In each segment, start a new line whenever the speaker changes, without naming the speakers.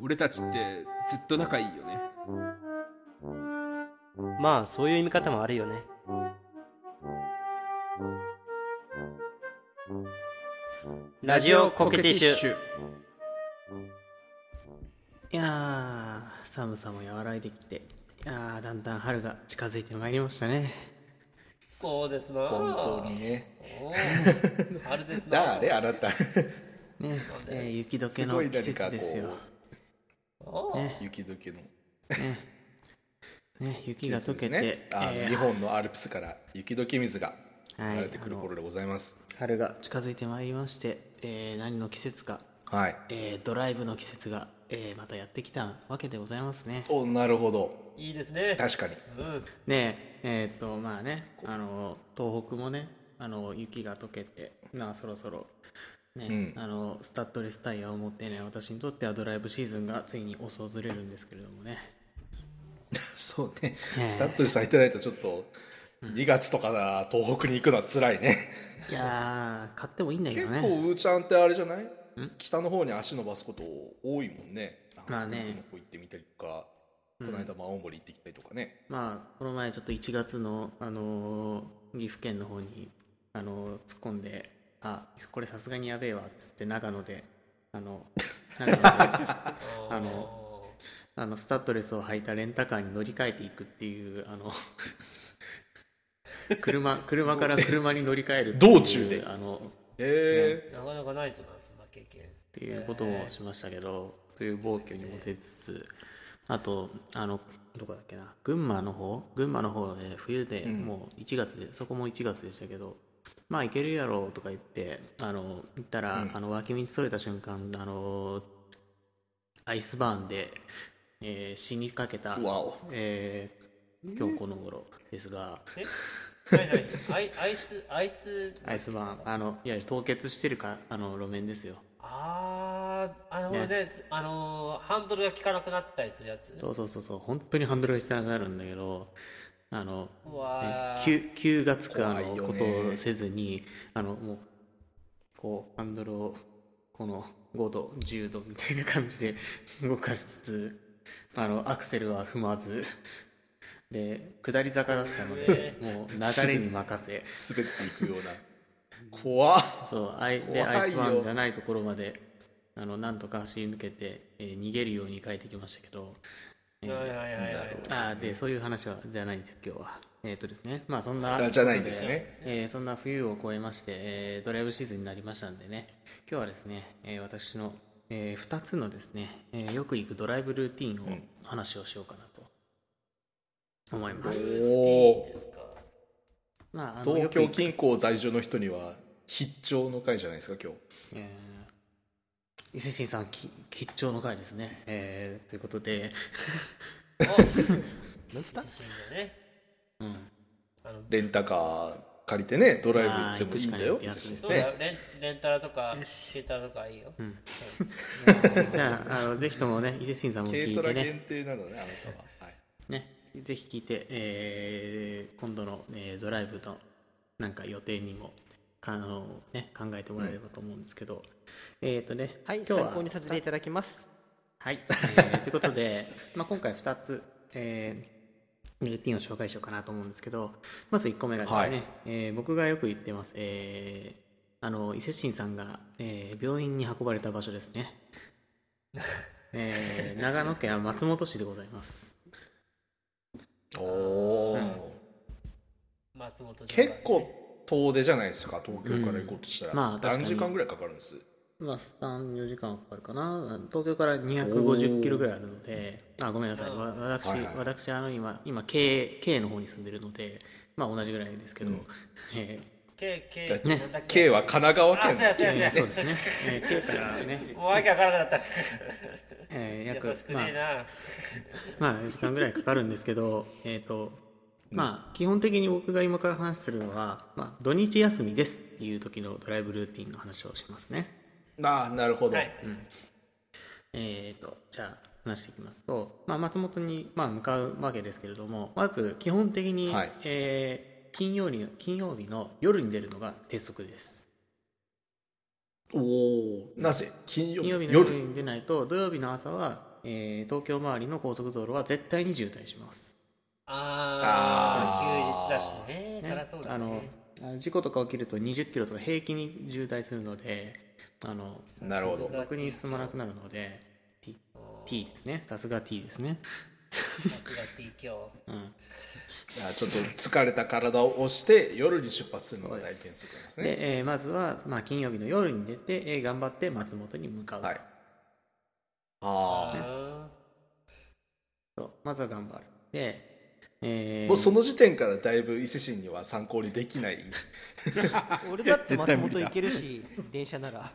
俺たちってずっと仲いいよね
まあそういう見方もあるよねラジオコケティッシュ
ュ
いやー寒さも和らいできていやーだんだん春が近づいてまいりましたね
そうですな
本当にね
おーあれですな
誰あな た
ね、えー雪解け
す
の
ごい
季
何
節
かこ
ですよ、
おー
ね
雪解けの
ね、雪
季
が
節
溶
で
け
す
て、
ねあ
えー
日本のアルプスから雪解け水が
はい
流れてくる頃でございます
春が近づいてまいりまして、えー何の季節か、
はい
えードライブの季節が、えーまたやってきたわけでございますね
おなるほど
いいですね
確かに
うん
ねええーっとまあねあの東北もねあの雪が溶けてなあそろそろね、
うん
あのスタッドレスタイヤを持ってね私にとってはドライブシーズンがついに訪れるんですけれどもね
そうね
え
スタッドレス入ってないとちょっと2月とかだ東北に行くのは辛いね
いやー買ってもいいんだけ
結
ど
構
ね
うーちゃんってあれじゃない北の方に足伸ばすこと多いもんね
まあね
こ行ってみたりとかこの間も青森行ってきたりとかね、
まあこの前ちょっと1月の、あのー岐阜県の方に、あのー突っ込んで「あこれさすがにやべえわ」っつって長野であの長野であのあのスタッドレスを履いたレンタカーに乗り換えていくっていうあの 車車から車に乗り換えるっていう
道中で
あの
え
なかなかないぞなそんな経験
っていうことをしましたけど、という暴挙にも出つつ、あと、あの、どこだっけな、群馬の方、群馬の方で冬で
うん
もう1月で、そこも1月でしたけど、まあ行けるやろうとか言って、あの、行ったら、
うん
あの、脇道それた瞬間、あの、アイスバーンで、えー死にかけた
ー、、わお
えー今日この頃ですが、
えないないアイアイスアイス
アイスバーン、あの、いわゆる凍結してるか、あの、路面ですよ。
あーあのねあのーハンドルが効かなくなったりするやつ
そうそうそうそう本当にハンドルが汚くなるんだけどあの、
うわー
急急がつくあ
怖い
の
よ
こ
ね
とをせずにあのもうこうハンドルをこの5度10度みたいな感じで 動かしつつあのアクセルは踏まずで下り坂だったのでもう流れに任せ
滑っていくような怖っ
そうあいで
怖いよ
アイスバーンじゃないところまであのなんとか走り抜けて、えー逃げるように帰ってきましたけど。えー
はいはいはいはい
あーでそういう話はじゃないんですよ今日はえっ、とですねまあそんな
あじゃないんですね
えーそんな冬を越えまして、えードライブシーズンになりましたんでね今日はですね、えー私の、え2つのですね、えーよく行くドライブルーティンを話をしようかなと思います、
お
ですか
まああの
東京
よく行く
近郊在住の人には必聴の回じゃないですか今日
えー伊勢神さんき吉兆の回ですね、えーということで、
なんつった自信がね
うん、
あの
レンタカー借りてねドライブ行ってもいいんだよ
あー行くしかないってやつです
そうだよ、レンレンタルとか
よし
シータルとかいいよ、
じゃああのぜひともね伊勢神さんも聞
軽
い
トラ
てね
限定なのねあなたは、はい、
ね、ぜひ聞いて、えー今度の、えードライブのなんか予定にもかあの、ね、考えてもらえればと思うんですけど、えっ、とね、
はい、
今日は
参考にさせていただきます。
はい、えーということで、 まあ、今回2つ、えールーティンを紹介しようかなと思うんですけどまず1個目がですね、
はい
えー僕がよく行ってます、えーあの伊勢神さんが、えー病院に運ばれた場所です ね、えー長野県松本市でございます
おおー、
松本城
結構遠出じゃないですか東京から行こうとしたら、
うんまあ確かに
何時間ぐらいかかるんです
まあ、34時間かかるかな東京から250キロぐらいあるのであごめんなさいわ私,、
はいはい
私あの今今 K, K の方に住んでるのでまあ同じぐらいですけど、 え
けけ
だって
ね
なんだっけ
K は神奈川
あ
県
そうや
ー
そうやそ
えーそ
うや
うですね、えー K からね、
もうわけわからなくなっ
えー
た
約
優しくねえな、
まあ、まあ4時間ぐらいかかるんですけどえっ、とまあ基本的に僕が今から話するのは、まあ、土日休みですっていう時のドライブルーティンの話をしますね
ああなるほど、
はい
えー、とじゃあ話していきますと、まあ、松本に、まあ、向かうわけですけれどもまず基本的に、
はい
え金曜日金曜日の夜に出るのが鉄則です
おおなぜ金曜
金
日
曜日の夜
夜
に出ないと土曜日の朝は、えー東京周りの高速道路は絶対に渋滞します、
ああ
あー
休日だしね
ね
そりゃそうだ
あの
ね
あの事故とか起きると20キロとか平気に渋滞するのであの
なるほど
さ
逆に進まなくなるので T, T ですねさすが T ですね、
さすが T 教
うん、
あちょっと疲れた体を押して夜に出発するのが大原則なんですね
で、えーまずは、まあ、金曜日の夜に出て、えー頑張って松本に向かうと、
はいああ、
あ
そうまずは頑張るで、えー
もうその時点からだいぶ伊勢神には参考にでき ない
俺だって
絶
松
対無理
本
だ
行けるし電車なら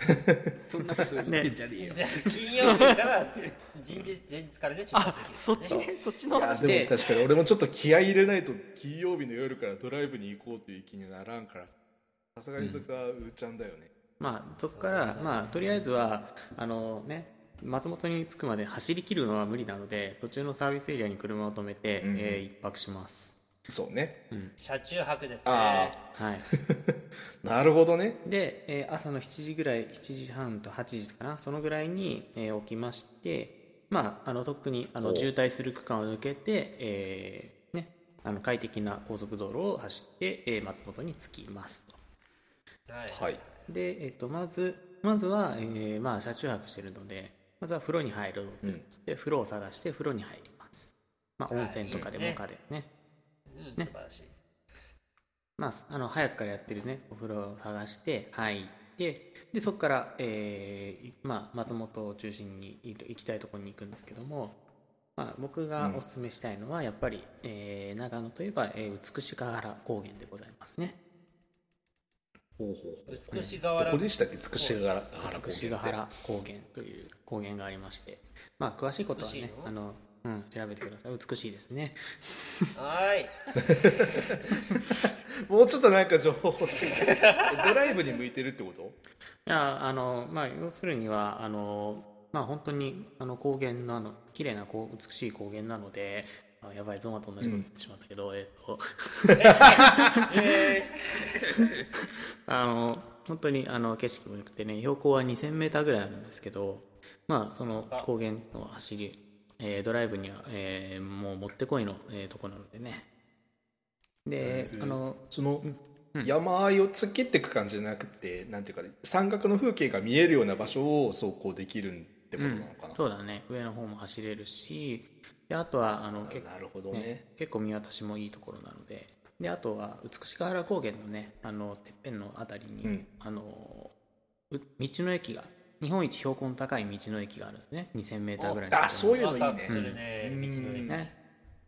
そんなこと言ってんじゃねえ
ー
よ
じゃあ金曜日から人で前日からね出発でき る
そっちねそっちの
あ
話
でも確かに俺もちょっと気合い入れないと金曜日の夜からドライブに行こうという気にならんからさすがにそこはうーちゃんだよね、
まあ、そこから、まあ、とりあえずはあの、ね、松本に着くまで走り切るのは無理なので途中のサービスエリアに車を止めて、
うん
えー一泊します、
そうね
車中泊です
あ
ね
あ
はい、
なるほどね
で、えー朝の7時ぐらい7時半と8時かなそのぐらいに、えー起きまして、まあ、あの特にあの
お
渋滞する区間を抜けて、えーね、あの快適な高速道路を走って、えー松本に着きますと
はい
はい
で、えっとまずまずは、えーまあ、車中泊してるのでまずは風呂に入ろうと
うん
で風呂を探して風呂に入ります、まあ、
はい
温泉とかで
いい
も
ですね
かですね
うん素晴らしい
まあ、あの早くからやってるねお風呂を探して入ってでそこから、えーいまあ、松本を中心にい行きたいところに行くんですけども、まあ、僕がおすすめしたいのはやっぱり、えー長野といえば、えー美しヶ原高原でございますね
ほうほう
美しがわ
ど
ら
こでしたっけつくしがら原高
美しヶ
原って
原高原という高原がありまして、まあ、詳しいことは
美しい
ね
の
あの、うん、調べてください美しいですね
はい
もうちょっとなんか情報欲しい ドライブに向いてるってこと
いやあのまあ要するにはあのまあ本当にあの高原なの綺麗なこう美しい高原なのであやばいゾマと同じこと言ってしまったけど、えっと
え
あの本当にあの景色も良くてね標高は2000メーターぐらいあるんですけどまあその高原の走り、えードライブには、えーもうもってこいの、えーとこなのでねで、あの
その山あいを突っ切っていく感じじゃなくてなんていうかね山岳の風景が見えるような場所を走行できるってことなのかな、
そうだね上の方も走れるしであとはあの結構
なるほどね
ね、結構見渡しもいいところなのでであとは美しヶ原高原のねあのてっぺんのあたりに、
うん
あのう道の駅が日本一標高の高い道の駅があるんですね 2000m ぐらいの
あそう
え
い
ー、
うのいい
ワクワク
ね
するね、
うん
道の駅
ね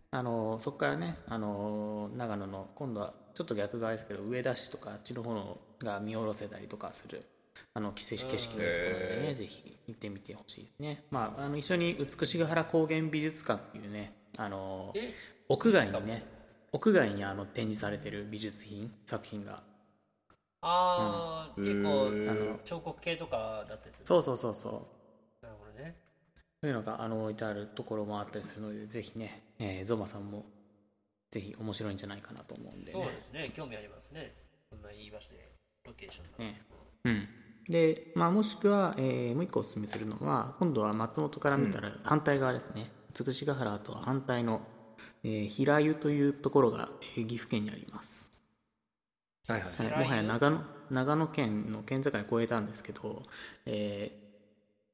あのそこからねあの長野の今度はちょっと逆側ですけど上田市とかあっちの方のが見下ろせたりとかするあの景色景色のところでね、
へー
ぜひ行ってみてほしいですね、まあ、あの一緒に美しが原高原美術館っていうねあの
え
屋外にね屋外にあの展示されてる美術品作品が
ああ、
うん
結構、
へー
あの彫刻系とかだったりする
そうそうそうそう
なるほどね
そういうのがあの置いてあるところもあったりするのでぜひね、えーゾマさんもぜひ面白いんじゃないかなと思うんで
そう
ね
ですね興味ありますねこんないい場所でロケーションさん、
ねうん、で、まあ、もしくは、えーもう一個おすすめするのは今度は松本から見たら反対側ですね、美しが原とは反対の、えー平湯というところが、えー岐阜県にあります、
はいはい
はい、
平湯
もはや長野長野県の県境を越えたんですけど、え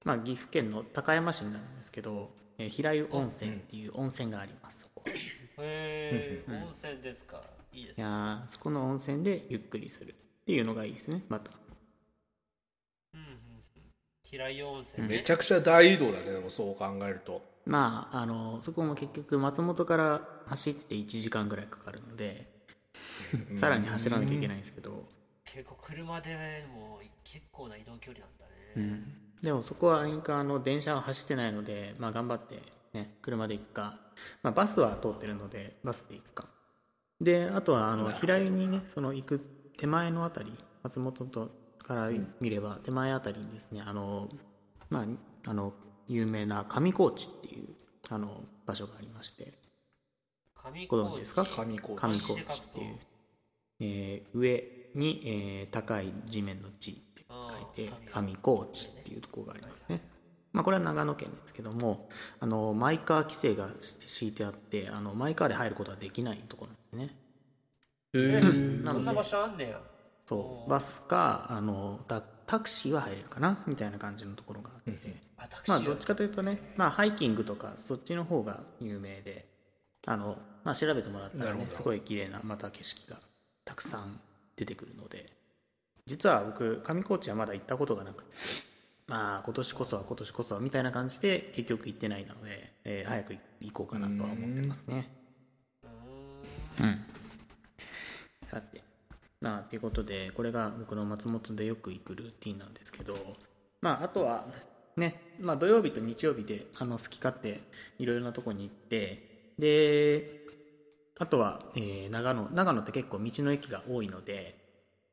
ーまあ、岐阜県の高山市になるんですけど、えー平湯温泉っていう温泉がありますそこい
へえ温泉ですかいいですね
やーそこの温泉でゆっくりするっていうのがいいですねまた
平井温泉
め
ね、
ちゃくちゃ大移動だねでもそう考えると
まあ、あのそこも結局松本から走って1時間ぐらいかかるので、さらに走らなきゃいけないんですけど、
結構車でも結構な移動距離なんだ
う
ね、
んでもそこはなんかあの電車は走ってないので、まあ、頑張って、ね、車で行くか、まあ、バスは通ってるのでバスで行くかであとはあの平井にねその行く手前のあたり松本とから見れば手前あたりにですねあの、まあ、あの有名な上高地っていうあの場所がありまして
上
ご
高
存知ですか
上高地
上高地っていうえー上に、えー高い地面の地って書いて
あー
上高地っていうところがありますね、まあ、これは長野県ですけどもあのマイカー規制が敷いてあってあのマイカーで入ることはできないところなんですね
そんな場所あんねや
そうバスかあのタタクシーは入れるかなみたいな感じのところがあって、
あタクシー
ま
や
あ、どっちかというとね、まあ、ハイキングとかそっちの方が有名であの、まあ、調べてもらった
な
ら
る
ね
ほど
すごい綺麗なまた景色がたくさん出てくるので実は僕上高地はまだ行ったことがなくてまあ今年こそは今年こそはみたいな感じで結局行ってないので、えー早く行こうかなとは思ってますね。うんさてまあということでこれが僕の松本でよく行くルーティンなんですけどまああとはね、まあ、土曜日と日曜日であの好き勝手いろいろなとこに行ってであとは、えー長野長野って結構道の駅が多いので、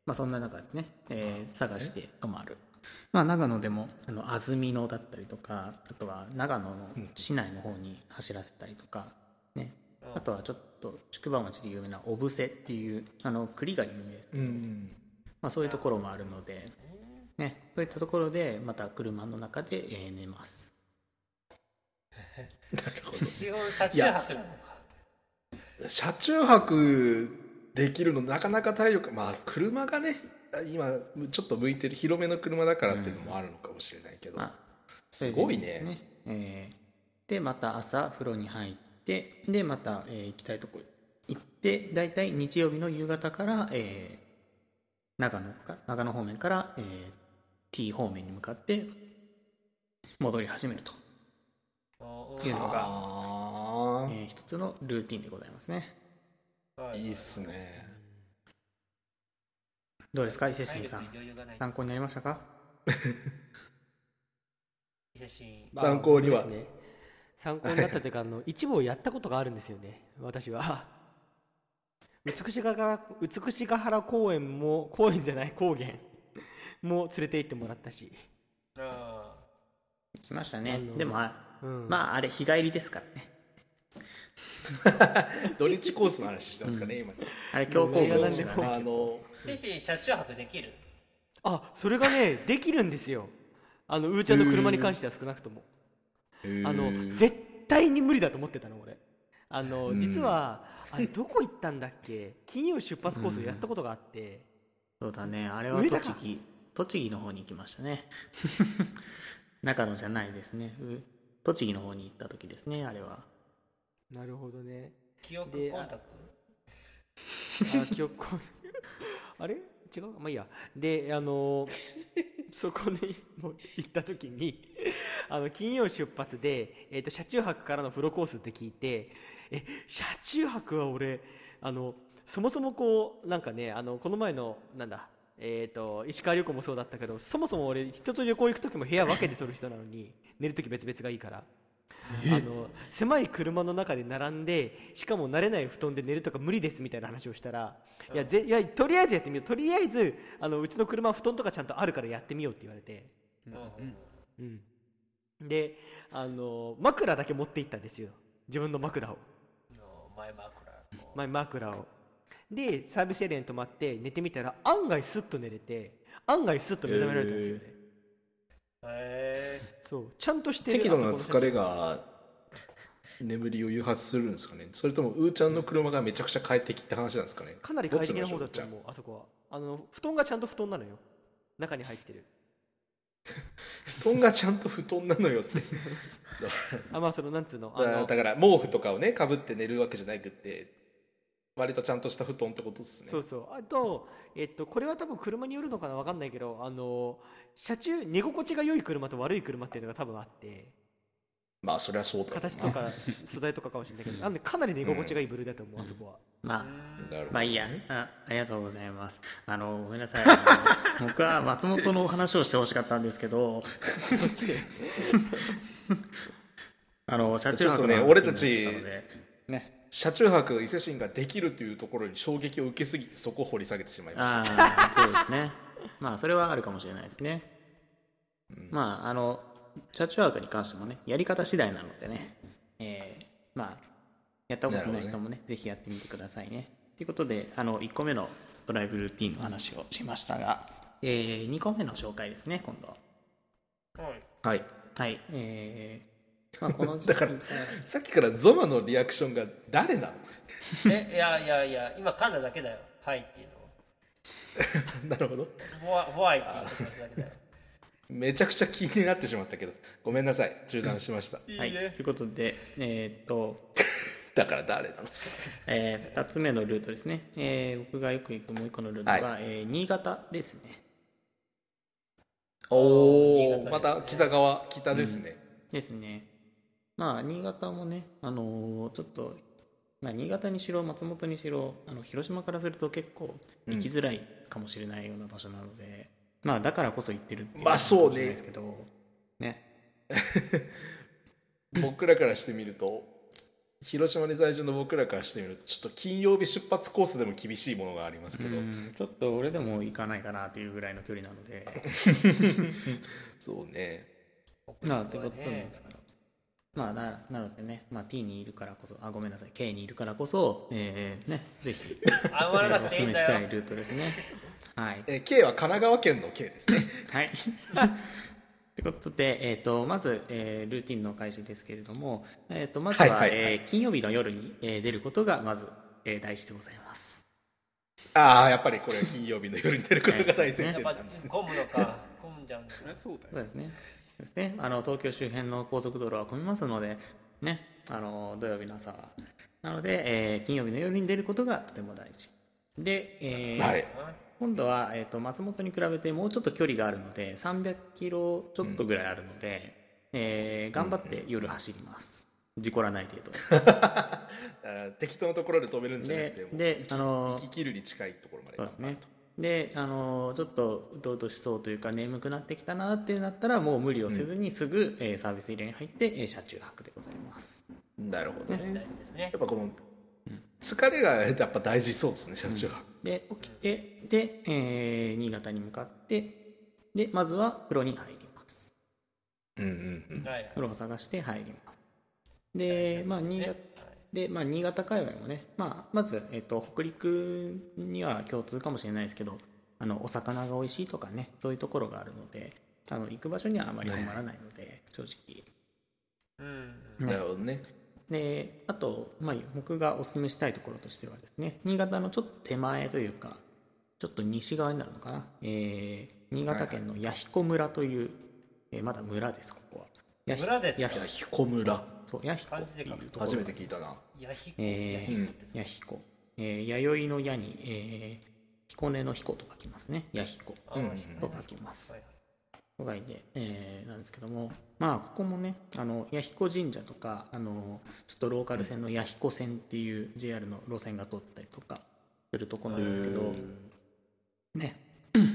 まあ、そんな中でね、えー探して泊まる。まあ、長野でもあの安曇野だったりとかあとは長野の市内の方に走らせたりとか、ね、あとはちょっと宿場町で有名な小布施っていうあの栗が有名です、
うん
まあ、そういうところもあるので、ね、そういったところでまた車の中で、えー寝ます
なるほど
基本車中泊なのか
車中泊できるのなかなか体力まあ車がね今ちょっと向いてる広めの車だからっていうのもあるのかもしれないけど、
まあ
すごいね
それでえーでまた朝風呂に入ってでまた、えー行きたいとこ行って大体日曜日の夕方から、えー長野か長野方面から、えー T 方面に向かって戻り始めると
あ
いうのが、
あ
え
ー
ー一つのルーティンでございますね
あ
いいっすね
どうですか伊勢
体
神
力
さ
に
ん
余裕がない
参考になりましたか
伊勢神
まあ
参考には
そうですね参考になったというかあの 一部をやったことがあるんですよね私は美しが原美しが原公園も公園じゃない高原 も連れて行ってもらったし、
あ
来ましたね
あの
でもあ
うん
まああれ日帰りですからね
土日コースの話してますかね、今
あれ強行
いや
軍
なん
師
で
が
こう
ね
あの
伊勢神車中泊できる
あそれがねできるんですよあのうーちゃんの車に関しては少なくともあの絶対に無理だと思ってたの俺あの実はあれどこ行ったんだっけ金曜出発コースをやったことがあって
そうだねあれは
上だ
栃
か
木栃木の方に行きましたね 長野じゃないですねう栃木の方に行った時ですねあれは
なるほどね
記憶
で
コンタク
あ記憶こあれ違うまあいいやであのそこにもう行った時にあの金曜出発で、えー、と車中泊からの風呂コースって聞いてえ車中泊は俺あのそもそもこうなんかねあのこの前のなんだえー、と石川旅行もそうだったけどそもそも俺人と旅行行く時も部屋分けて取る人なのに寝る時別々がいいからあの狭い車の中で並んでしかも慣れない布団で寝るとか無理ですみたいな話をしたらいやぜいやとりあえずやってみようとりあえずあのうちの車は布団とかちゃんとあるからやってみようって言われて、うんであの枕だけ持って行ったんですよ自分の枕を
の前枕
前枕をでサービスエリアに泊まって寝てみたら案外スッと寝れて案外スッと目覚められたんですよね、
へ
そうちゃんとしてる
適度な
あそこ
疲
の
れが眠りを誘発するんですかねそれともうーちゃんの車がめちゃくちゃ快適って話なんですかね
かなり
どっ
快
ち
適
な
なん
でしょ
方
う
だと思うあそこはあの布団がちゃんと布団なのよ中に入ってる
布団がちゃんと布団なのよって
あまあそのなんつうのあ
だ
の
だから毛布とかをねかぶって寝るわけじゃなくって割とちゃんとした布団ってことですね
そうそうあと、えっと、これは多分車によるのかなわかんないけどあの車中寝心地が良い車と悪い車っていうのが多分あって
まあそりゃそうだろうな
形とか素材とかかもしれないけどなんでかなり寝心地がいい部類だと思う、あそこは
まあ
なるほど
まあいいやあありがとうございますあのごめんなさいあ の僕は松本のお話をしてほしかったんですけど
そっちで
あの社
ち
長
ょっとね俺たち車中泊伊勢神ができるというところに衝撃を受けすぎてそこを掘り下げてしまいました
ああそうですねまあそれはあるかもしれないですね、まああの車中泊に関してもねやり方次第なのでねえーまあやったことない人もねぜひやってみてくださいねということであの1個目のドライブルーティンの話をしましたが、え2個目の紹介ですね今度は
はい。
はい
はいえーまあ、この時
だからさっきからゾマのリアクションが誰なの
え、いやいやいや、今噛んだだけだよ。はいっていうのを。
なるほど
ホワホワイって言ってしまっただけだよ。
めちゃくちゃ気になってしまったけどごめんなさい中断しました
いい
はい、
ね。
ということで、えーっと
だから誰なの
え2つ目のルートですね、えー僕がよく行くもう1個のルートが、えー新潟ですね
お
新潟です
お
ね
また北側北ですね、
ですねまあ新潟もねあのーちょっと、まあ、新潟にしろ松本にしろあの広島からすると結構行きづらいかもしれないような場所なので、まあだからこそ行ってるっていう
まあそ
か
うね
もしれないですけどね
僕らからしてみると広島に在住の僕らからしてみるとちょっと金曜日出発コースでも厳しいものがありますけど、
うんちょっと俺でも行かないかなというぐらいの距離なので
そうね
まあということなんですからまあななのでね、まあ、T にいるからこそあごめんなさい K にいるからこそ、えーねぜひ
あんまらなくていいん
おすすめした
だ
い
よ。
ルートですね。はい。
えー K は神奈川県の K で すね
はい。ということで、えー、とまず、えールーティンの開始ですけれども、えー、とまずは、
はいはいは
え
い
ー金曜日の夜に、えー出ることがまず、えー大事でございます。
ああやっぱりこれは金曜日の夜に出ることが大前
やっ
提
ぱ
なんですね
混むのか、混んじゃうんだよ
そりゃそうだ
そう
よ。
ですね。そうですね。あの東京周辺の高速道路は混みますので、ね、あの土曜日の朝は。なので、えー金曜日の夜に出ることがとても大事。で、えー
はい
な。
今度は、えー、と松本に比べてもうちょっと距離があるので300キロちょっとぐらいあるので、えー頑張って夜走ります、事故らない程度
だから適当なところで止めるんじゃなくて
で
もう
で
行き
あのー
行き切るに近いところまで
そうですねであのーちょっとうとうとしそうというか眠くなってきたなってなったらもう無理をせずにすぐ、えーサービスエリアに入って、えー車中泊でございます
なるほどね
大事ですね
や。っぱこの疲れがやっぱ大事そうですね社長は、
で起きてで、えー新潟に向かってでまずは風呂に入ります
うん、うんうん
はいはい。
風呂を探して入りますで、まあ、新潟で、まあ、新潟界隈もね、まあ、まず、えっと北陸には共通かもしれないですけどあのお魚が美味しいとかねそういうところがあるのであの行く場所にはあまり困らないので正直
うん。
なるほどね
であと、まあ、僕がおすすめしたいところとしてはですね新潟のちょっと手前というかちょっと西側になるのかな、えー新潟県の弥彦村という、えーまだ村ですここは弥彦
村ですか
弥彦
彦村
そう弥彦
漢
って
字で
い
書く
うところ
初めて聞いたな
ヤヒコ。ヤ
え
ヒコ
ー
って、さ
弥彦、えー、弥生の矢に、えー、彦根の彦と書きますね弥彦
あー
うん
ヒコ
と
ね
書きます
はい
都外で、えーなんですけどもまあここもねあの弥彦神社とかあのちょっとローカル線の弥彦線っていう JR の路線が通ったりとかするとこなんですけどね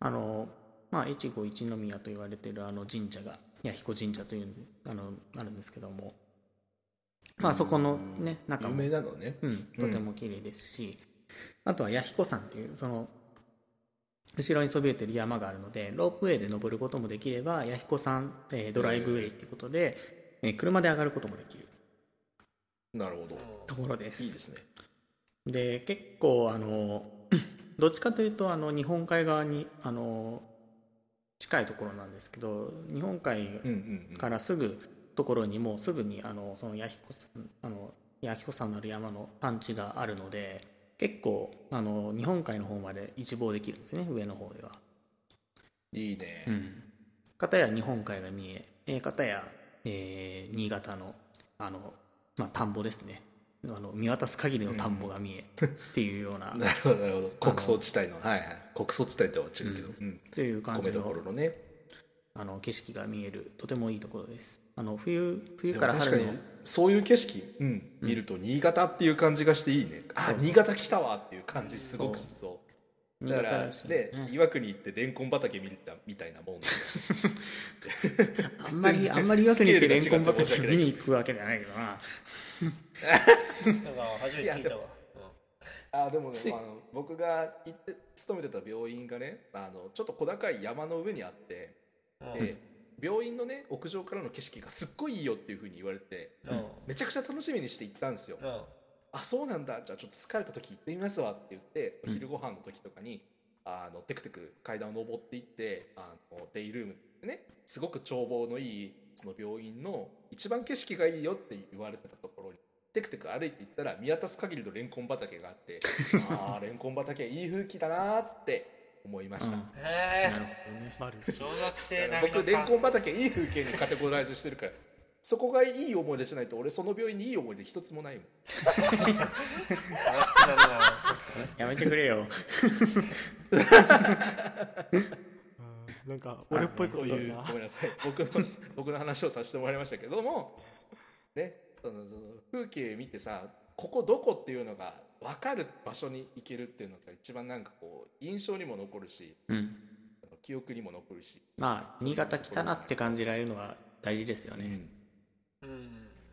あのまあ越後一宮と言われてるあの神社が弥彦神社というあのあるんですけどもまあそこのね中
有
も
名なのね
うん、とても綺麗ですし、あとは弥彦山っていうその後ろにそびえてる山があるのでロープウェイで登ることもできれば弥彦山、えードライブウェイっていうことで、えー車で上がることもできる
なるほど
ところです。
いいですね
で結構あの どっちかというとあの日本海側にあの近いところなんですけど日本海
うんうんうん
からすぐところにもうすぐにあのその弥彦山あの弥彦山のある山の探地があるので結構あの日本海の方まで一望できるんですね上の方では。
いいね、
片や日本海が見ええー片や、えー新潟のあの、まあ、田んぼですねあの見渡す限りの田んぼが見え、っていうよう な
なるほどなるほど国葬地帯のはいはい国葬地帯とは違うけど、うん
という感
米
じ
どこ
の
ろのね
あの景色が見えるとてもいいところです。あの冬冬
でも
から
確か
春
に
の
そういう景色、うん見ると新潟っていう感じがしていいねあ新潟来たわっていう感じすごくしそう
新
だか
潟
ら
らしい
ね
ね
岩国行ってレンコン畑見たみたいなもんだよ
あんまり、
全然
あんまり岩国ってレンコン
スケールが違って申
畑
し訳ない
見に行くわけじゃないけどな。
なんか初めて聞いたわ。
あでもね、まああの僕が行って勤めてた病院がねあのちょっと小高い山の上にあって、
うん
で病院のね屋上からの景色がすっごいいいよっていう風に言われて
うんうん
めちゃくちゃ楽しみにして行ったんですよ
うん
あそうなんだじゃあちょっと疲れた時行ってみますわって言ってお昼ご飯の時とかに、あのテクテク階段を上っていってあのデイルームってねすごく眺望のいいその病院の一番景色がいいよって言われてたところにテクテク歩いていったら見渡す限りのレンコン畑があって ああレンコン畑いい風景だなーって思いました。
うん
へ
なる
え
ほどね
小学生並み
僕
の
レン
感
コン
想
畑いい風景にカテゴライズしてるからそこがいい思い出じゃないと俺その病院にいい思い出一つもないもん
楽しくなるな
やめてくれよ
なんか俺っぽいこと言うな
ごめんなさい 僕の僕の話をさせてもらいましたけどもねそのその風景見てさここどこっていうのが分かる場所に行けるっていうのが一番なんかこう印象にも残るし
うん
記憶にも残るし、
まあ新潟来たなって感じられるのは大事ですよね、
うん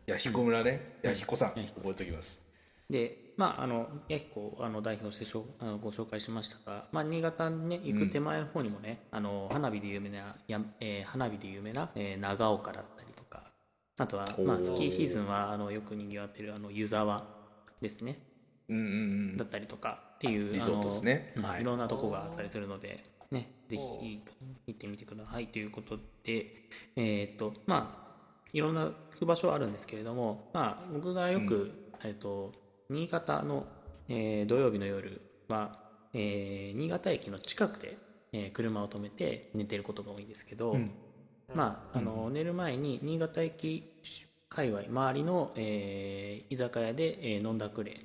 いや彦村ね、いや彦さん
う
覚
ん
えておきます
で、まあ、あの弥彦をあの代表してしょあのご紹介しましたが、まあ、新潟に、ね、行く手前の方にもね、あの花火で有名な、やえー花火で有名な、えー長岡だったりとかあとは、まあ、
おー
スキーシーズンはあのよくにぎわってるあの湯沢ですね
うんうんうん
だったりとかっていう
リゾートですね
あのうん
はい
い、ろんなとこがあったりするので、ね、ぜひ
おう
行ってみてくださいということで、えっとまあ、いろんな場所あるんですけれども、まあ、僕がよく、えっと新潟の、えー土曜日の夜は、えー新潟駅の近くで、えー車を止めて寝てることが多いんですけど、
うん
まあ、あの寝る前に新潟駅界隈周りの、えー居酒屋で、えー飲んだくれ、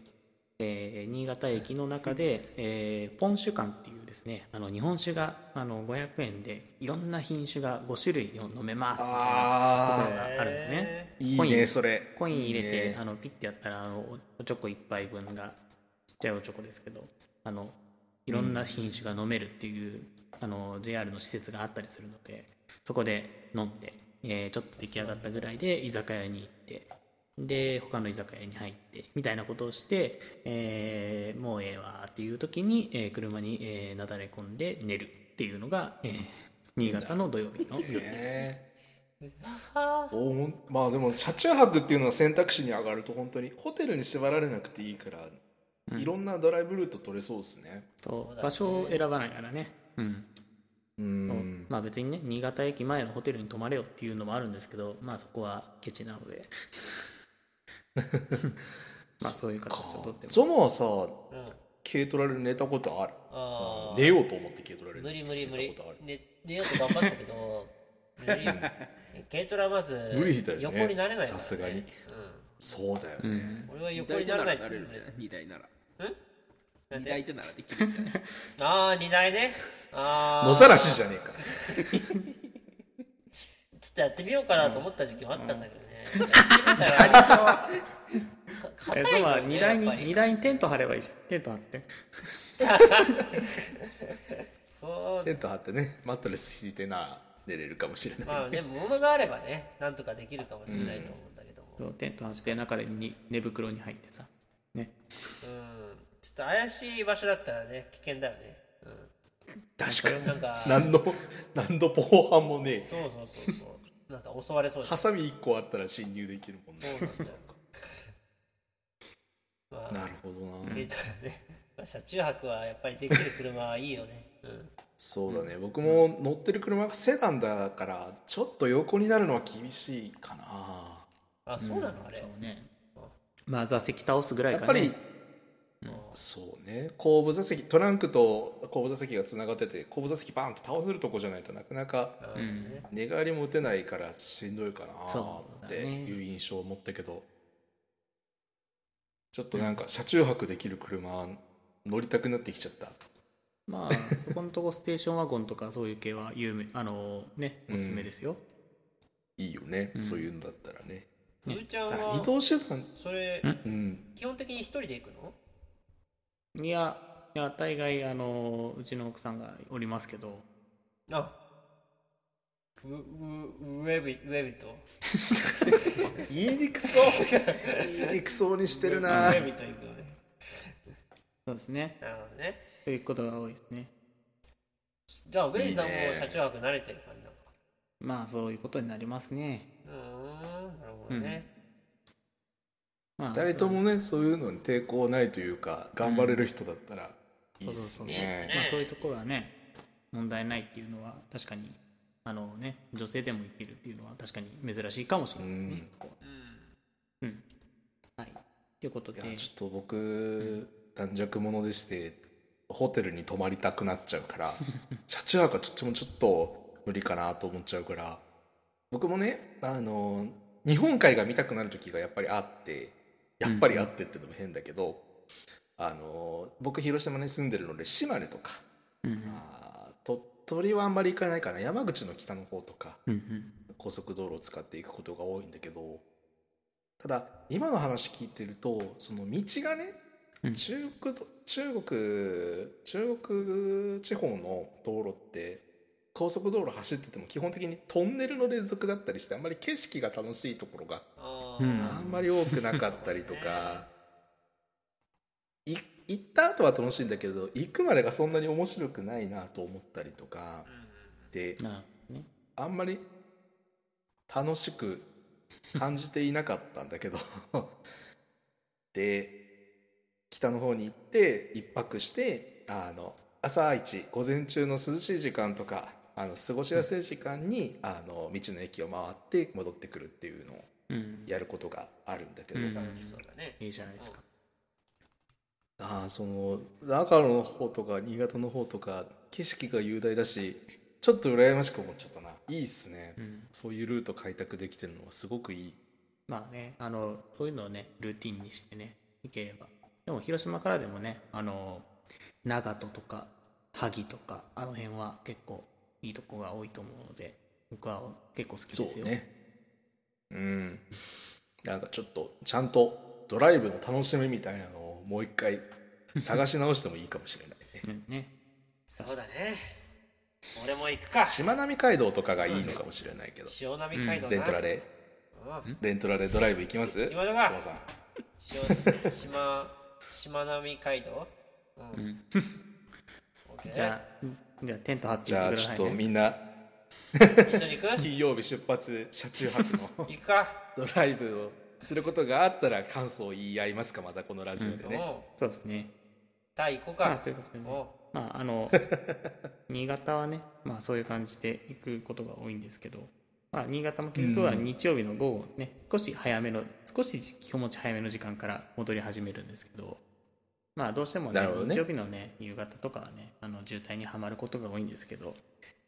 えー新潟駅の中で、えーポン酒館っていうですねあの日本酒があの500円でいろんな品種が5種類飲めますみたいなところが
あ
あるんですね。
ーいい
コイ
ね
ン
それ
コイン入れて
いいね
あのピッてやったらあのおおチョコ1杯分がちっちゃいおチョコですけどあのいろんな品種が飲めるっていう、あの JR の施設があったりするのでそこで飲んで、えーちょっと出来上がったぐらいで居酒屋に行ってで他の居酒屋に入ってみたいなことをして、えーもうええわっていう時に、えー車に、えーなだれ込んで寝るっていうのが、えー新潟の土曜日の夜です。
ねおもんまあでも車中泊っていうのは選択肢に上がると本当にホテルに縛られなくていいから、いろんなドライブルート取れそうですね
と
うだね
場所を選ばないからね。うん
う
そうんまあ別にね新潟駅前のホテルに泊まれよっていうのもあるんですけどまあそこはケチなの でまあそういう形をとってます
ゾノはさ
うん
軽トラで寝たことある
あ
寝ようと思って軽トラで
ー無理無理無
寝
理
たことある
寝寝ようと頑張ったけ ど無理軽トラまず
無理だよね
横になれないからね
さすがにそうだよ
うん
ね、
うん俺は
二
横
台
にな
な
らな
ら
い
なれるんじゃない二台なら
なん
二
で
台手ならできるんじゃない
ああ荷台ねああ
野ざらしじゃねえか
ちょっとやってみようかなと思った時期もあったんだけどね。やってみたら か硬
え
い
ゾウ
よ
は
ね
荷台に
やっぱり
荷台にテント張ればいいじゃんテント張って
そう
テント張ってねマットレス敷いてなら寝れるかもしれない、
まあでも物があればねなんとかできるかもしれないと思うんだけども、うん
そうテント張って中でに寝袋に入ってさね
ちょっと怪しい場所だったらね危険だよね、
確か
うん、なんか
に何の何の防犯もねえ
そうそうそうそう なんか襲われそうじゃ
ハ
ん
サミ1個あったら侵入できるもん
そう
ね
なんだよ まあ
なるほどな、
聞いたらねまあ車中泊はやっぱりできる車はいいよね、うん、
そうだね、僕も乗ってる車がセダンだからちょっと横になるのは厳しいかな
あそうなのあれ、
そうねまあ座席倒すぐらい
や
か
っ
な
ぱり、そうね後部座席トランクと後部座席がつながってて後部座席バーンって倒せるとこじゃないとなかなか
あ
う
ー
ん
ね
寝返りも打てないからしんどいか
そう
なっ
だ
て
ね
いう印象を持ったけど、ちょっとなんか車中泊できる車乗りたくなってきちゃった
まあそこのとこステーションワゴンとかそういう系は有名あのねおすすめですよ、
いいよね、
うん
そういうのだったらね
ふーちゃん
だから
は
移動手段
それ
ん
うん
基本的に一人で行くの
いやいや大概あのうちの奥さんがおりますけど
あウウウェビウェビと
言いにくそう 言いにくそうにしてる
ウ
な
ェビと行くのね
そうですね
なるほどね
ということが多いですね
じゃあウェビさんも
いいね
車中泊慣れてる感じなのか
まあそういうことになりますね
うーんなるほどね、
まあ
誰ともねそういうのに抵抗ないというか頑張れる人だったらいいっす
そうそうそう
ね
まあ、そういうところはね問題ないっていうのは確かにあのね女性でもいけるっていうのは確かに珍しいかもしれないね、
うん
ここは
うん
うんはいということ
い
で
やちょっと僕軟弱者でしてホテルに泊まりたくなっちゃうから 車中泊はちょっともちょっと無理かなと思っちゃうから僕もねあの日本海が見たくなる時がやっぱりあってやっぱりあってってのも変だけど、あの僕広島に住んでるので島根とか、
うんうん
あー鳥取はあんまり行かないかな山口の北の方とか
うんうん
高速道路を使っていくことが多いんだけどただ今の話聞いてるとその道がね
うん
中国ど中国中国地方の道路って高速道路走ってても基本的にトンネルの連続だったりしてあんまり景色が楽しいところが
あ
う
ー
ん
あんまり多くなかったりとか、い行った後は楽しいんだけど行くまでがそんなに面白くないなと思ったりとかで
なるほどね
あんまり楽しく感じていなかったんだけど で北の方に行って一泊してあの朝一午前中の涼しい時間とかあの過ごしやすい時間に、あの道の駅を回って戻ってくるっていうのを
うん
やることがあるんだけ
う
ど、
ん
楽しそうだね
いいじゃないですか
ああその長野の方とか新潟の方とか景色が雄大だしちょっと羨ましく思っちゃったないいっすね、
うん
そういうルート開拓できてるのはすごくいい
まあねあのそういうのをねルーティンにしてねいければでも広島からでもねあの長門とか萩とかあの辺は結構いいとこが多いと思うので僕は結構好きですよ
うんなんかちょっとちゃんとドライブの楽しみみたいなのをもう一回探し直してもいいかもしれない ね
うんね
そうだね俺も行くか
しまなみ海道とかがいいのかもしれないけど、
潮波街道な
レントラで
うん
レントラでドライブ行きます
行きましょうか
トモさん
潮島島波街道うん OK
じゃあじゃあテント張って
じ
い
ゃ
って
あ
くだ
ちょ
さ
っ
い
と
ね
みんな
一緒に行く
金曜日出発車中泊の
行くか
ドライブをすることがあったら感想を言い合いますかまたこのラジオでね、
も
そうですね
うタイ行こう
まあ
か
ということでね
おう
まああの 新潟はねまあそういう感じで行くことが多いんですけどまあ新潟も結局は日曜日の午後ね少し早めの少し気持ち早めの時間から戻り始めるんですけどまあどうしてもね
なるほどね
日曜日のね夕方とかはねあの渋滞にはまることが多いんですけど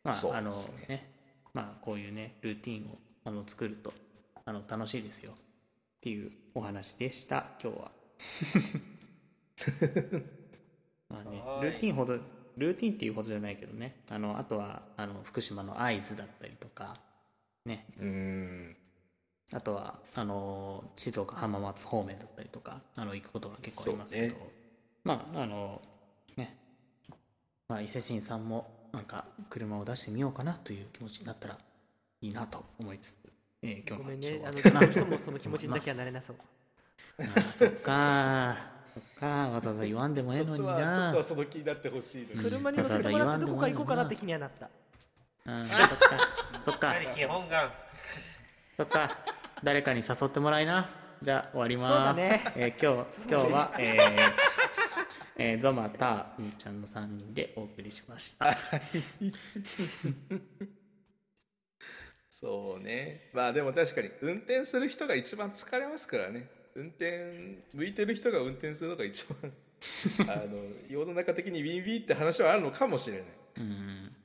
まあ
そう
あの
ですね
ねまあこういうねルーティンをあの作るとあの楽しいですよっていうお話でした今 日はまあね
はーい
ルーティンほどルーティンっていうほどじゃないけどねあのあとはあの福島の会津だったりとかね
うーん
あとはあの静岡浜松方面だったりとかあの行くことが結構ありますけど、
そうね
まああのね、まあ、伊勢神さんもなんか車を出してみようかなという気持ちになったらいいなと思いつつ、えー今
ご
日の
めん
話
ね
を
あの
終わろうと
どうしてもその気持ちになきゃなれなそう
あーそっかーそっかーわざわざ言わんでもえ
ち
え
ょ
の
っ
に
とはちょっ
な
とはその気になってほしいのに、
うん
車に乗せてもらってどこか行こうかなって気にはなった
うん、そっかそっか
やはり基本が
そっか誰かに誘ってもらいなじゃあ終わります
そうだね
えー今日今日は、えーえーゾマタみーちゃんの3人でお送りしました
そうねまあでも確かに運転する人が一番疲れますからね運転向いてる人が運転するのが一番あの世の中的にウィンウィンって話はあるのかもしれない
うん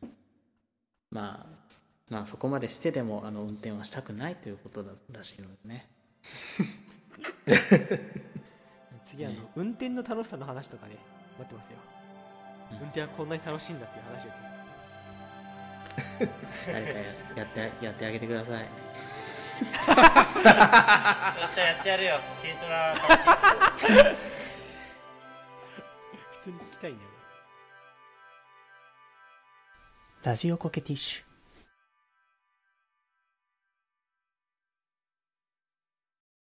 まあまあそこまでしてでもあの運転はしたくないということだらしいのでね
次あの運転の楽しさの話とかね待ってますよ
うん
運転はこんなに楽しいんだっていう話をね
誰かややってやってあげてください
よっしゃやってやるよ軽トラ楽しい
普通に聞きたいんだよね
ラジオコケティッシュ